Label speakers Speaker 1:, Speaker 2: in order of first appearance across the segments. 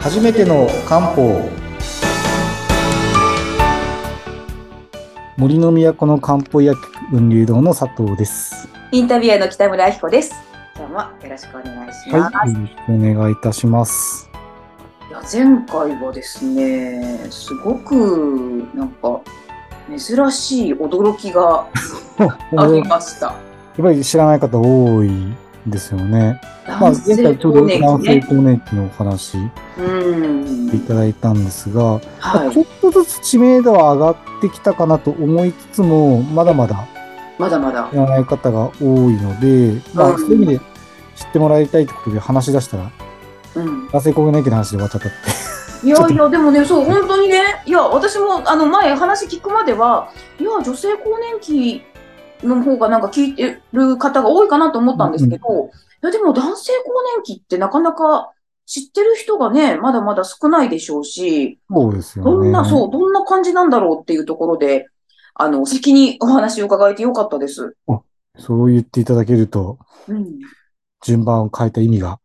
Speaker 1: 初めての漢方森の都の漢方薬局雲龍堂の佐藤です
Speaker 2: インタビュアーの北村明子です。今日もよろしくお願いし
Speaker 1: はい、よ
Speaker 2: ます。
Speaker 1: ろしくお願いいたします
Speaker 2: いや前回はですね、すごくなんか珍しい驚きがあり
Speaker 1: やっ
Speaker 2: ました。
Speaker 1: ぱり知らない方多いですよねまあ
Speaker 2: 男
Speaker 1: 前
Speaker 2: 性
Speaker 1: 回ちょう
Speaker 2: 更
Speaker 1: ど
Speaker 2: 年
Speaker 1: 男
Speaker 2: 期
Speaker 1: 性
Speaker 2: ね。
Speaker 1: 更年期のお話
Speaker 2: うん
Speaker 1: い。ただいたんですが、
Speaker 2: は
Speaker 1: ちょ
Speaker 2: い。
Speaker 1: っとずつ知名度は上がってきたかなと思いつつもまだまだ
Speaker 2: まだまだ
Speaker 1: 知。らない方が多いので、ま
Speaker 2: う
Speaker 1: あ、
Speaker 2: ん
Speaker 1: そういう意味で知ってもらいたいってことで話し出したら、
Speaker 2: うん。
Speaker 1: 男性更年期の話で終わっちゃったって。
Speaker 2: いやいや、でもね、そう、本当にね、いや、私も、あの、前話聞くまでは、いや、女性更年期の方がなんか聞いてる方が多いかなと思ったんですけど、いや、でも男性更年期ってなかなか知ってる人がね、まだまだ少ないでしょうし、
Speaker 1: そうですよね。
Speaker 2: どんな、そう、どんな感じなんだろうっていうところで、あの、先にお話を伺えてよかったです。
Speaker 1: そう言っていただけると、
Speaker 2: うん。
Speaker 1: 順番を変えた意味が。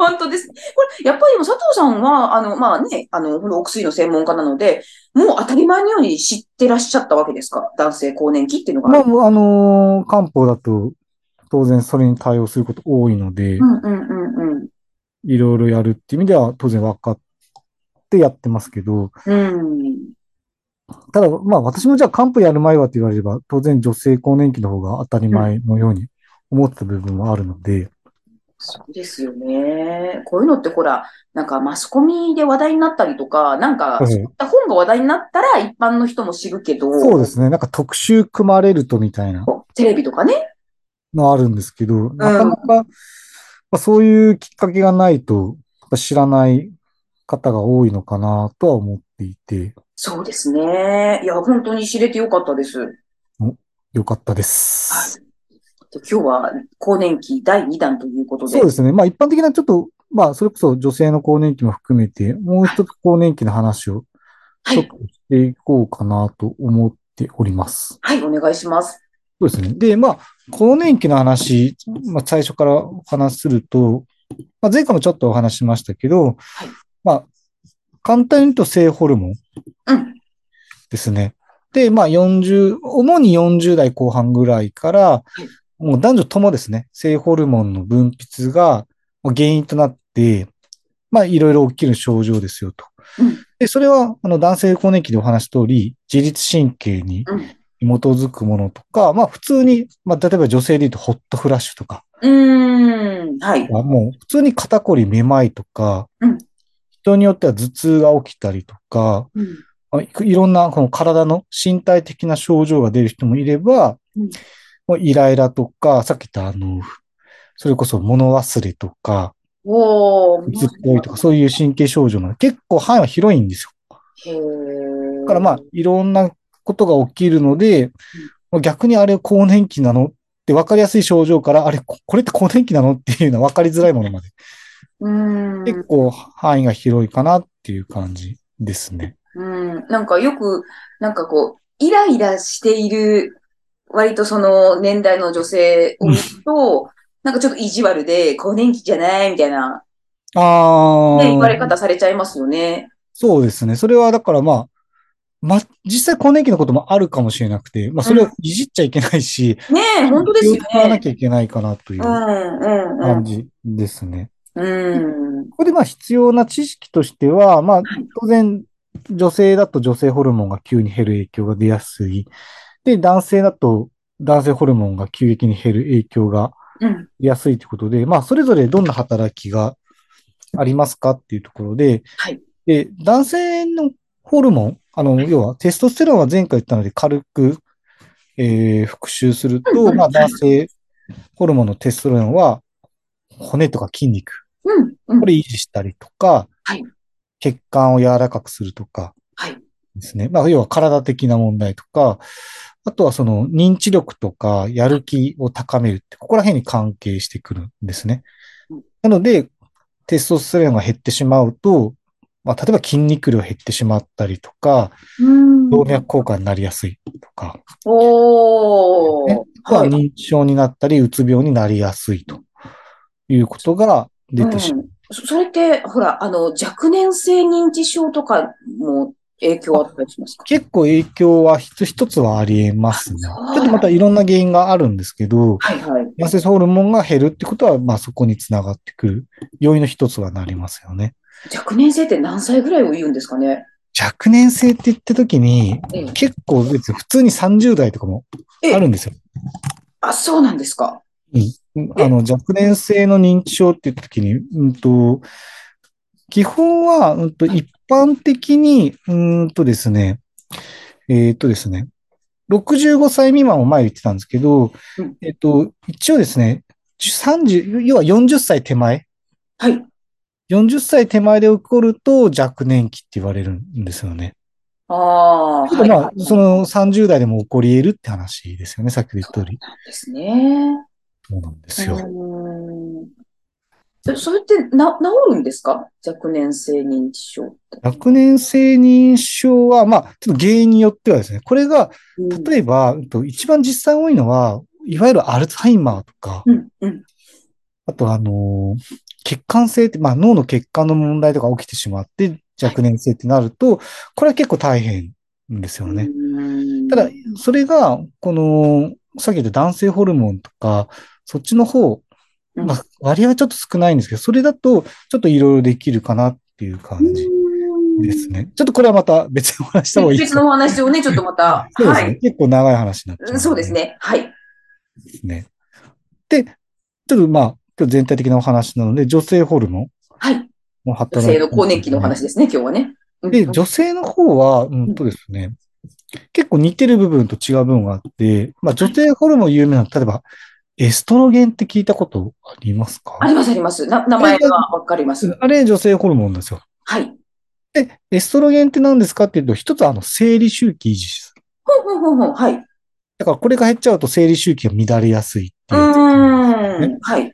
Speaker 2: 本当です。これ、やっぱりでも佐藤さんは、あの、まあね、あの、このお薬の専門家なので、もう当たり前のように知ってらっしゃったわけですか男性更年期っていうのが。
Speaker 1: まあ、あのー漢方だと、当然それに対応すること多いので
Speaker 2: う、んうんうんうん。
Speaker 1: いろいろやるっていう意味では、当然分かってやってますけど、
Speaker 2: うん。
Speaker 1: ただ、まあ私もじゃあ漢方やる前はって言われれば、当然女性更年期の方が当たり前のように思ってた部分もあるので、
Speaker 2: そうですよね。こういうのってほら、なんかマスコミで話題になったりとか、なんか、
Speaker 1: はい
Speaker 2: そういった本が話題になったら一般の人も知るけど、
Speaker 1: そうですね、なんか特集組まれるとみたいな
Speaker 2: テレビとかね。
Speaker 1: のあるんですけど、なかなか、まあ、そういうきっかけがないと、やっぱ知らない方が多いのかなとは思っていて、
Speaker 2: そうですね。いや、本当に知れてよかったです。
Speaker 1: よかったです。
Speaker 2: で今日は更年期第2弾ということで。
Speaker 1: そうですね。まあ一般的なちょっと、まあそれこそ女性の更年期も含めて、もう一つ更年期の話を
Speaker 2: は
Speaker 1: ちょっ
Speaker 2: い。
Speaker 1: としていこうかなと思っております。
Speaker 2: はい、お願いします。
Speaker 1: そうですね。で、まあ、更年期の話、まあ最初からお話しすると、まあ、前回もちょっとお話ししましたけど、
Speaker 2: い
Speaker 1: まあ、簡単に言うと性ホルモン
Speaker 2: うん。
Speaker 1: ですね。で、まあ40、主に40代後半ぐらいから、もう男女ともですね、性ホルモンの分泌がもう原因となって、まあいろいろ起きる症状ですよと
Speaker 2: うん。
Speaker 1: で、それはあの男性更年期でお話し通り、自律神経に
Speaker 2: うん
Speaker 1: 基づくものとか、まあ普通に、まあ例えば女性で言うとホットフラッシュとか、
Speaker 2: うーん。はい。
Speaker 1: もう普通に肩こりめまいとか、
Speaker 2: うん
Speaker 1: 人によっては頭痛が起きたりとか、
Speaker 2: うん。
Speaker 1: まあいくいろんなこの体の身体的な症状が出る人もいれば、
Speaker 2: うん
Speaker 1: もうイライラとか、さっき言ったあの、それこそ物忘れとか、
Speaker 2: お
Speaker 1: うつっ
Speaker 2: ー。
Speaker 1: ぽいとか、そういう神経症状も結構範囲は広いんですよ。
Speaker 2: へー。
Speaker 1: だからまあ、いろんなことが起きるので、まあ逆にあれ更年期なのって分かりやすい症状から、あれ、ここれって更年期なのっていうのは分かりづらいものまで、
Speaker 2: うーん。
Speaker 1: 結構範囲が広いかなっていう感じですね。
Speaker 2: うん。なんかよく、なんかこう、イライラしている、割とその年代の女性を見ると、なんかちょっと意地悪で、更年期じゃないみたい
Speaker 1: あ
Speaker 2: な、
Speaker 1: あ。
Speaker 2: ね、言われ方されちゃいますよね。
Speaker 1: そうですね。それはだからまあ、ま、実際更年期のこともあるかもしれなくて、まあそれはいじっちゃいけないし、
Speaker 2: ねえ、本当ですよ
Speaker 1: 気を使わな
Speaker 2: ね。、
Speaker 1: きゃいけないかなといううん
Speaker 2: うん、う
Speaker 1: 感
Speaker 2: ん。
Speaker 1: じですね。
Speaker 2: うん。
Speaker 1: ここでまあ必要な知識としては、まあ
Speaker 2: い
Speaker 1: 当然女性だと女性ホルモンが急に減る影響が出やすい。で、男性だと男性ホルモンが急激に減る影響が
Speaker 2: うん。
Speaker 1: 出やすいということで、まあそれぞれどんな働きがありますかっていうところで、
Speaker 2: はい
Speaker 1: で、男性のホルモン、あの、要はテストステロンは前回言ったので軽く、えー復習する
Speaker 2: うんう
Speaker 1: と、
Speaker 2: ん
Speaker 1: まあ男性ホルモンのテストステロンは骨とか筋肉、
Speaker 2: うん。うん
Speaker 1: こ。れ維持したりとか、
Speaker 2: はい
Speaker 1: 血管を柔らかくするとか
Speaker 2: はい。
Speaker 1: ですね。まあ要は体的な問題とか、あとはその認知力とかやる気を高めるって、ここら辺に関係してくるんですね
Speaker 2: うん。
Speaker 1: なので、テストステロンが減ってしまうと、まあ、例えば筋肉量減ってしまったりとか、
Speaker 2: うん。
Speaker 1: 動脈硬化になりやすいとか、
Speaker 2: おー。
Speaker 1: ねまあ
Speaker 2: はい。
Speaker 1: 認知症になったり、うつ病になりやすいということが出てしまう。
Speaker 2: うんそそれって、ほら、あの、若年性認知症とかも影響あったりしますか
Speaker 1: 結構影響は一つ一つはありえますね。ち
Speaker 2: あそう
Speaker 1: ょっとまたいろんな原因があるんですけど、
Speaker 2: はいはい。
Speaker 1: 痩せホルモンが減るってことは、まあそこにつながってくる要因の一つはなりますよね。
Speaker 2: 若年性って何歳ぐらいを言うんですかね
Speaker 1: 若年性って言った時に
Speaker 2: ええ、
Speaker 1: 結構別に普通に30代とかもあるんですよ。
Speaker 2: あ、そうなんですか。え
Speaker 1: あの、若年性の認知症って言った時に、うんと、基本は、うんと、一般的に、うんとですね、えーっとですね、65歳未満を前言ってたんですけど
Speaker 2: うん、
Speaker 1: えっと、一応ですね、30、要は40歳手前、
Speaker 2: はい。
Speaker 1: 40歳手前で起こると若年期って言われるんですよね。
Speaker 2: ああ、はい。
Speaker 1: まあ、その30代でも起こり得るって話ですよね、さっき言った通り。
Speaker 2: ですね。
Speaker 1: そうなんですよ。
Speaker 2: うーん。えそれってな、治るんですか若年性認知症って。
Speaker 1: 若年性認証は、まあ、ちょっと原因によってはですね、これが、
Speaker 2: うん
Speaker 1: 例えば、うんと一番実際多いのは、いわゆるアルツハイマーとか、
Speaker 2: うん、うん。
Speaker 1: あとあのー、血管性って、まあ脳の血管の問題とか起きてしまって、若年性ってなると、これは結構大変ですよね。
Speaker 2: ね
Speaker 1: ただ、それが、この、さっき言った男性ホルモンとか、そっちの方、
Speaker 2: うん
Speaker 1: まあ、割合はちょっと少ないんですけど、それだと、ちょっといろいろできるかなっていう感じですね。ちょっとこれはまた別にお話した方がいいです
Speaker 2: 別
Speaker 1: か
Speaker 2: のお話をね、ちょっとまた。
Speaker 1: そうです
Speaker 2: は
Speaker 1: ね。
Speaker 2: い。
Speaker 1: 結構長い話になっちゃう、
Speaker 2: うんそうです。ね。はい。
Speaker 1: ね。で、ちょっとまあ、今日全体的なお話なので、女性ホルモン
Speaker 2: はい。
Speaker 1: の働
Speaker 2: 女
Speaker 1: き。
Speaker 2: 性の更年期のお話ですね、今日はね。うん
Speaker 1: で、女性の方は、うんとですね、結構似てる部分と違う部分があって、まあ女性ホルモン有名なの、例えば、エストロゲンって聞いたことありますか
Speaker 2: ありますあります。な名前はわかります。
Speaker 1: あれ女性ホルモンなんですよ。
Speaker 2: はい。
Speaker 1: で、エストロゲンって何ですかっていうと、一つはあの、生理周期維持です。
Speaker 2: ほんほんほんほん。はい。う
Speaker 1: だからこれが減っちゃうと生理周期が乱れやすいっていうやつですね、
Speaker 2: ーん。はい。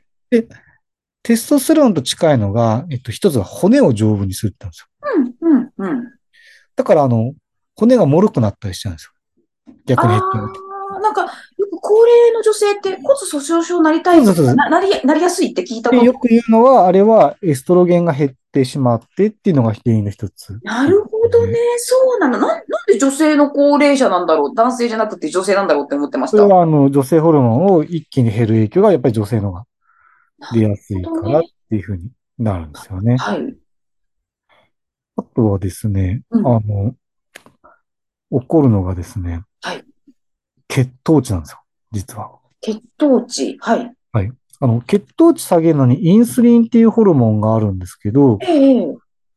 Speaker 1: テストステロンと近いのが、えっと、一つは骨を丈夫にするって言うんですよ。
Speaker 2: うん、うん、うん。
Speaker 1: だからあの、骨が脆くなったりしちゃうんですよ。逆に減っちゃうと。
Speaker 2: あーなんか、よく高齢の女性って骨粗鬆症になりたい
Speaker 1: そうそうそう
Speaker 2: ななり、なりやすいって聞いたこ
Speaker 1: で
Speaker 2: と
Speaker 1: よく言うのは、あれはエストロゲンが減ってしまってっていうのが原因の一つ。
Speaker 2: なるほどね。そうなの。なん、なんで女性の高齢者なんだろう。男性じゃなくて女性なんだろうって思ってまし
Speaker 1: そ
Speaker 2: た。
Speaker 1: れ
Speaker 2: なる
Speaker 1: はあの女性ホルモンを一気に減る影響がやっぱり女性の方が出やすいか
Speaker 2: ほど
Speaker 1: らっ
Speaker 2: ね。
Speaker 1: ていうふうになるんですよね。
Speaker 2: はい。
Speaker 1: あとはですね、
Speaker 2: う
Speaker 1: あ
Speaker 2: ん
Speaker 1: の、起こるのがですね
Speaker 2: はい、
Speaker 1: 血糖値なんですよ、実は。
Speaker 2: 血糖値。はい。
Speaker 1: あの、血糖値下げるのにインスリンっていうホルモンがあるんですけど、
Speaker 2: ええ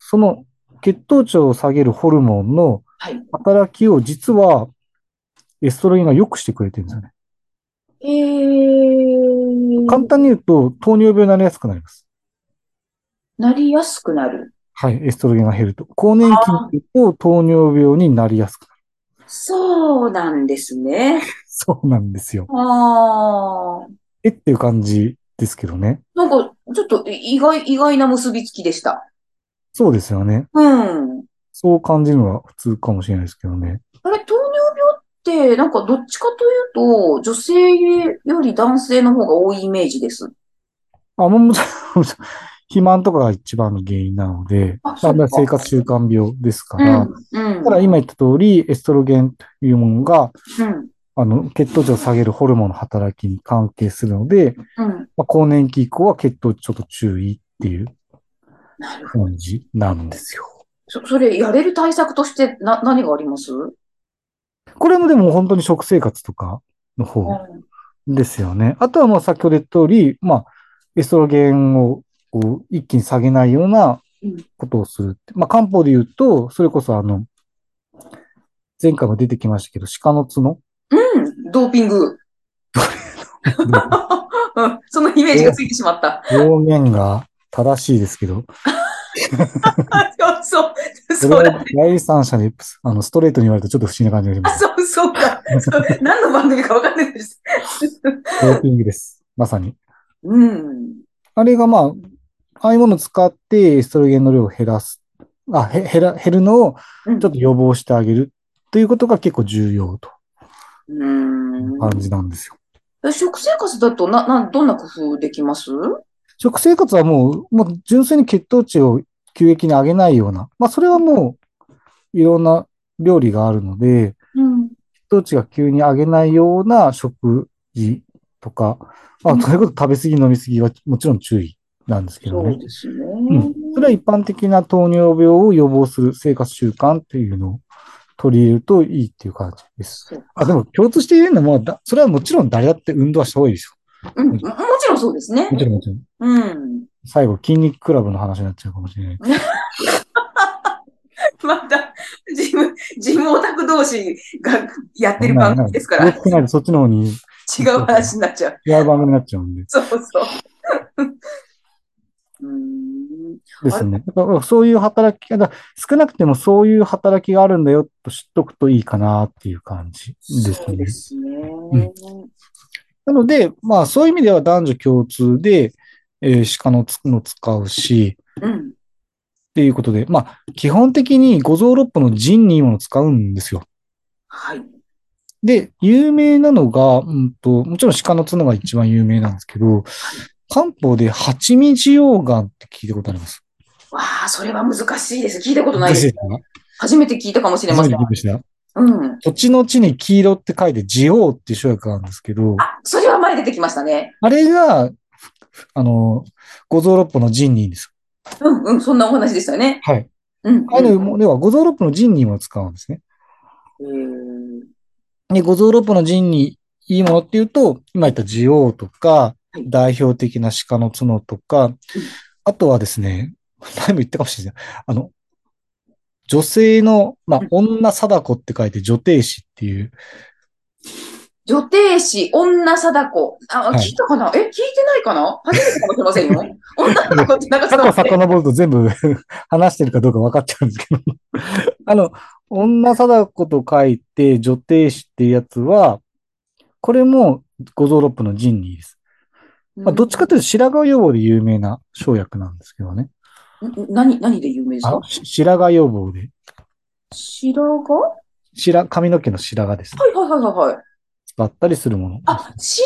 Speaker 1: その血糖値を下げるホルモンの
Speaker 2: はい。
Speaker 1: 働きを実はエストロゲンが良くしてくれてるんですよね。
Speaker 2: ええ
Speaker 1: 簡単に言うと、糖尿病になりやすくなります。
Speaker 2: なりやすくなる。
Speaker 1: はい、エストロゲンが減ると。更年期になると糖尿病になりやすくなる。
Speaker 2: そうなんですね。
Speaker 1: そうなんですよ。
Speaker 2: ああ。
Speaker 1: えっていう感じですけどね。
Speaker 2: なんか、ちょっと意外、意外な結びつきでした。
Speaker 1: そうですよね。
Speaker 2: うん。
Speaker 1: そう感じるのが普通かもしれないですけどね。
Speaker 2: あれ、糖尿病って、なんかどっちかというと、女性より男性の方が多いイメージです。
Speaker 1: あ、もう、もちろん 肥満とかが一番の原因なので、
Speaker 2: あ
Speaker 1: ま
Speaker 2: そうか
Speaker 1: あ生活習慣病ですか
Speaker 2: う
Speaker 1: ら、
Speaker 2: ん。うん。
Speaker 1: ただ今言った通り、エストロゲンというものが、
Speaker 2: うん。
Speaker 1: あの、血糖値を下げるホルモンの働きに関係するので、
Speaker 2: うん。
Speaker 1: まあ、更年期以降は血糖値ちょっと注意っていう
Speaker 2: なるほど。
Speaker 1: 感じなんですよ。
Speaker 2: そ、それ、やれる対策として、な、何がありますう
Speaker 1: これもでも本当に食生活とかの方
Speaker 2: ん。
Speaker 1: ですよね。あとはもう先ほど言った通り、まあ、エストロゲンをこう一気に下げないような
Speaker 2: うん
Speaker 1: ことをするって。まあ、漢方で言うと、それこそあの、前回も出てきましたけど、鹿の角。
Speaker 2: うん。ドーピング。 うんそのイメージがついてしまった。
Speaker 1: 表現が正しいですけど、
Speaker 2: そう、
Speaker 1: そ
Speaker 2: そう
Speaker 1: れ
Speaker 2: だ。
Speaker 1: を第三者であのストレートに言われるとちょっと不思議な感じがしま
Speaker 2: あ、
Speaker 1: す。
Speaker 2: そう、そうか。そう何の番組かわかんないです。
Speaker 1: ドーピングです。まさに。
Speaker 2: うん。
Speaker 1: あれがまあ、ああいうものを使ってエストロゲンの量を減らす。あ、へ減ら減るのを
Speaker 2: うん
Speaker 1: ちょっと予防してあげるということが結構重要と
Speaker 2: うん。
Speaker 1: 感じなんですよ。
Speaker 2: え食生活だとな、な、どんな工夫できます
Speaker 1: 食生活はもう、もう純粋に血糖値を急激に上げないような、まあそれはもういろんな料理があるので、
Speaker 2: うん。
Speaker 1: 血糖値が急に上げないような食事とか、ま
Speaker 2: う
Speaker 1: あ
Speaker 2: ん
Speaker 1: そういうこと食べ過ぎ飲み過ぎはもちろん注意なんですけど
Speaker 2: そう
Speaker 1: ね。
Speaker 2: ですね。
Speaker 1: うん。それは一般的な糖尿病を予防する生活習慣っていうのを取り入れるといいっていう感じです。
Speaker 2: そう
Speaker 1: あ、でも共通して言えるのは、だそれはもちろん誰だって運動はした方がいいです
Speaker 2: うん、もちろんそうですね
Speaker 1: よ。。もちろんもちろん。
Speaker 2: うん。
Speaker 1: 最後、筋肉クラブの話になっちゃうかもしれない。
Speaker 2: また、ジム、ジムオタク同士がやってる番組ですから、
Speaker 1: よくないとそっちの方に
Speaker 2: 違う話になっちゃう。
Speaker 1: 違う番組になっちゃうんで。
Speaker 2: そう そう。うん。
Speaker 1: ですね。だからそういう働き方、少なくてもそういう働きがあるんだよと知っとくといいかなっていう感じです
Speaker 2: そう
Speaker 1: ね
Speaker 2: で。すね。
Speaker 1: んなので、まあそういう意味では男女共通で、えー鹿のつくの使うし、
Speaker 2: うん。
Speaker 1: っていうことで、まあ基本的に五臓六腑の陣にいいものを使うんですよ。
Speaker 2: はい。
Speaker 1: で、有名なのが、うんと、もちろん鹿の角が一番有名なんですけど、漢方で蜂蜜溶岩って聞いたことあります。
Speaker 2: わあ、それは難しいです。聞いたことない
Speaker 1: で
Speaker 2: ですす。初めて聞いたかもしれません。うん。
Speaker 1: 土地の地に黄色って書いて、地黄っていう生薬があるんですけど、
Speaker 2: あ、それは前出てきましたね。
Speaker 1: あれが、あの、五臓六腑の陣にいいんです。
Speaker 2: うんうん、そんなお話でしたよね。
Speaker 1: はい。
Speaker 2: うん。
Speaker 1: あるものでは、五臓六腑の陣にも使うんですね。
Speaker 2: うん
Speaker 1: で、五臓六腑の陣にいいものっていうと、今言った地黄とか
Speaker 2: は、い
Speaker 1: 代表的な鹿の角とか、あとはですね、前も言ったかもしれない。あの、女性の、まあ
Speaker 2: うん、
Speaker 1: 女貞子って書いて女帝子っていう、
Speaker 2: 女帝子、女貞子。あ、
Speaker 1: はい
Speaker 2: 聞いたかな、え、聞いてないかな初めてかもしれませんよ。 女貞子ってなんか
Speaker 1: 過去
Speaker 2: その
Speaker 1: 遡ると全部 話してるかどうか分かっちゃうんですけど、あの、女貞子と書いて女帝子っていうやつは、これも五臓六腑の陣にです。まあ、どっちかというと白髪予防で有名な生薬なんですけどね。
Speaker 2: ん何、何で有名です
Speaker 1: あ
Speaker 2: か
Speaker 1: し白髪予防で。
Speaker 2: 白髪は
Speaker 1: 白、髪の毛の白髪です。
Speaker 2: いはいはいはいはい。
Speaker 1: だったりするもの。
Speaker 2: あ、白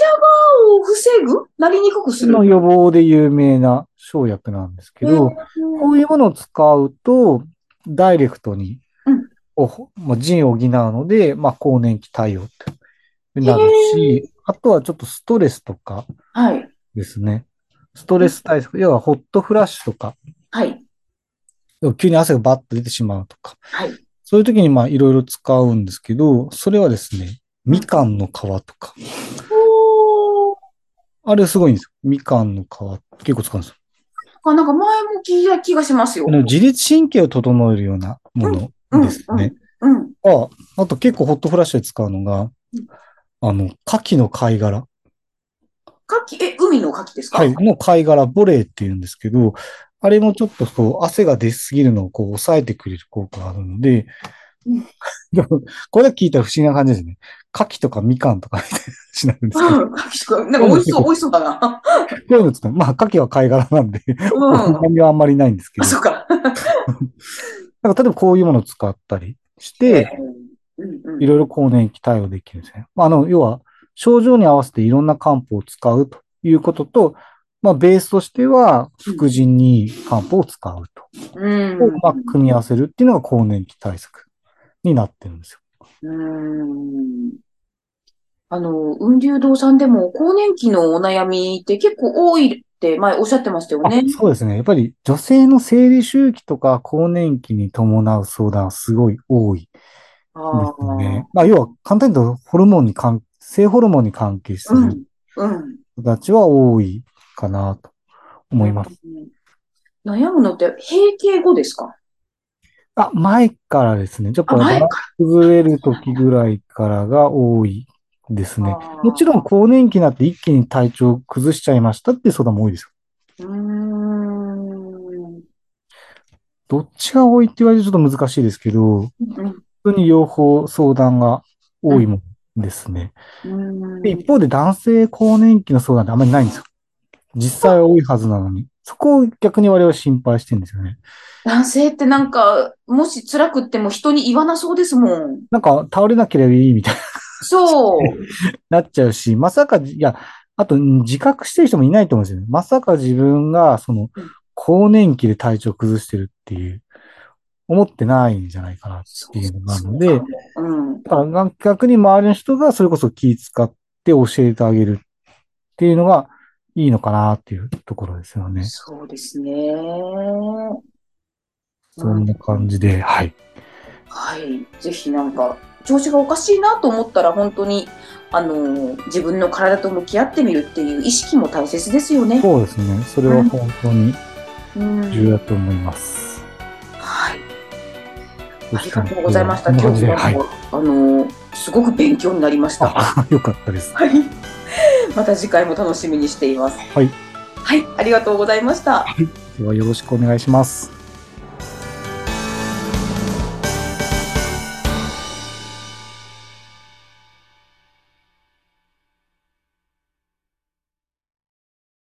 Speaker 2: 髪を防ぐなりにくくする。
Speaker 1: の予防で有名な生薬なんですけど、こういうものを使うと、ダイレクトに
Speaker 2: うん、
Speaker 1: おもう腎を補うので、まあ、更年期対応ってなるし、あとはちょっとストレスとか
Speaker 2: はい。
Speaker 1: ですね。ストレス対策、要はホットフラッシュとか、
Speaker 2: はい。
Speaker 1: 急に汗がバッと出てしまうとか、
Speaker 2: はい。
Speaker 1: そういう時にまあいろいろ使うんですけど、それはですね、みかんの皮とか、
Speaker 2: おー
Speaker 1: あれすごいんですよ。みかんの皮、結構使うんですよ。
Speaker 2: あなんか前も聞いた気がしますよ。
Speaker 1: あの自律神経を整えるようなも
Speaker 2: う
Speaker 1: の
Speaker 2: ん
Speaker 1: ですね。
Speaker 2: うん。うん。
Speaker 1: あ、あと結構ホットフラッシュで使うのが、あの、牡蠣の貝殻。
Speaker 2: 牡蠣、え、海の牡蠣ですか
Speaker 1: はい。。の貝殻、ボレーって言うんですけど、あれもちょっとこう、汗が出すぎるのをこう、抑えてくれる効果があるので
Speaker 2: うん、
Speaker 1: でも これだけ聞いたら不思議な感じですね。牡蠣とかみかんとかみたいな話になるんですけど、
Speaker 2: うん、牡蠣とか、なんか美味しそう、美味しそうだな。
Speaker 1: こういうの使う。まあ、牡蠣は貝殻なんで、
Speaker 2: うん。
Speaker 1: 甘みはあんまりないんですけ
Speaker 2: あ、
Speaker 1: ど、
Speaker 2: そうか。
Speaker 1: なんか例えばこういうものを使ったりして、
Speaker 2: うんうん
Speaker 1: いろいろ更年期対応できるんですね。まあ、あの、要は、症状に合わせていろんな漢方を使うということと、まあ、ベースとしては、副腎に漢方を使うと。
Speaker 2: うん
Speaker 1: を、まあ、組み合わせるっていうのが更年期対策になってるんですよ。
Speaker 2: うーんあの、雲流堂さんでも、更年期のお悩みって結構多いって前おっしゃってましたよ
Speaker 1: あ
Speaker 2: ね。
Speaker 1: そうですね。やっぱり女性の生理周期とか更年期に伴う相談はすごい多いで
Speaker 2: あ
Speaker 1: す
Speaker 2: あ
Speaker 1: ね。まあ、要は、簡単に言うと、ホルモンに関、性ホルモンに関係す
Speaker 2: う
Speaker 1: る
Speaker 2: ん、うん。
Speaker 1: 人たちは多いかなと思います。
Speaker 2: うん。悩むのって閉経後ですか
Speaker 1: あ、前からですね。ちょっ
Speaker 2: あ、
Speaker 1: とバラ
Speaker 2: 前
Speaker 1: ン
Speaker 2: か
Speaker 1: ス崩れる時ぐらいからが多いですね。
Speaker 2: ら。
Speaker 1: もちろん更年期になって一気に体調を崩しちゃいましたっていう相談も多いですよ。
Speaker 2: ん。うーん。
Speaker 1: どっちが多いって言われるとちょっと難しいですけど、
Speaker 2: うん
Speaker 1: 本当に両方相談が多いもんですね。
Speaker 2: うん
Speaker 1: で一方で男性更年期の相談ってあんまりないんですよ。実際は多いはずなのに。そこを逆に我々は心配してるんですよね。
Speaker 2: 男性ってなんか、もし辛くっても人に言わなそうですもん。
Speaker 1: なんか倒れなければいいみたいに
Speaker 2: そう。
Speaker 1: なっちゃうし、まさか、いや、あと、うん自覚してる人もいないと思うんですよね。まさか自分が、その
Speaker 2: うん、
Speaker 1: 更年期で体調崩してるっていう、思ってないんじゃないかなっていうのがあるので、
Speaker 2: うん。
Speaker 1: だから逆に周りの人がそれこそ気使って教えてあげるっていうのがいいのかなっていうところですよね。
Speaker 2: そうですね。
Speaker 1: そんな感じで、はい。
Speaker 2: はい、ぜひなんか調子がおかしいなと思ったら本当にあのー自分の体と向き合ってみるっていう意識も大切ですよね。
Speaker 1: そうですね。それは本当に
Speaker 2: うん、
Speaker 1: 重要だと思います。
Speaker 2: はい、ありがとうございました。今日
Speaker 1: 日
Speaker 2: なんか、
Speaker 1: はい。
Speaker 2: あのーすごく勉強になりました。は
Speaker 1: あ、よかったです。
Speaker 2: い、 また次回も楽しみにしています。
Speaker 1: はい。
Speaker 2: はい、ありがとうございました。
Speaker 1: ではよろしくお願いします。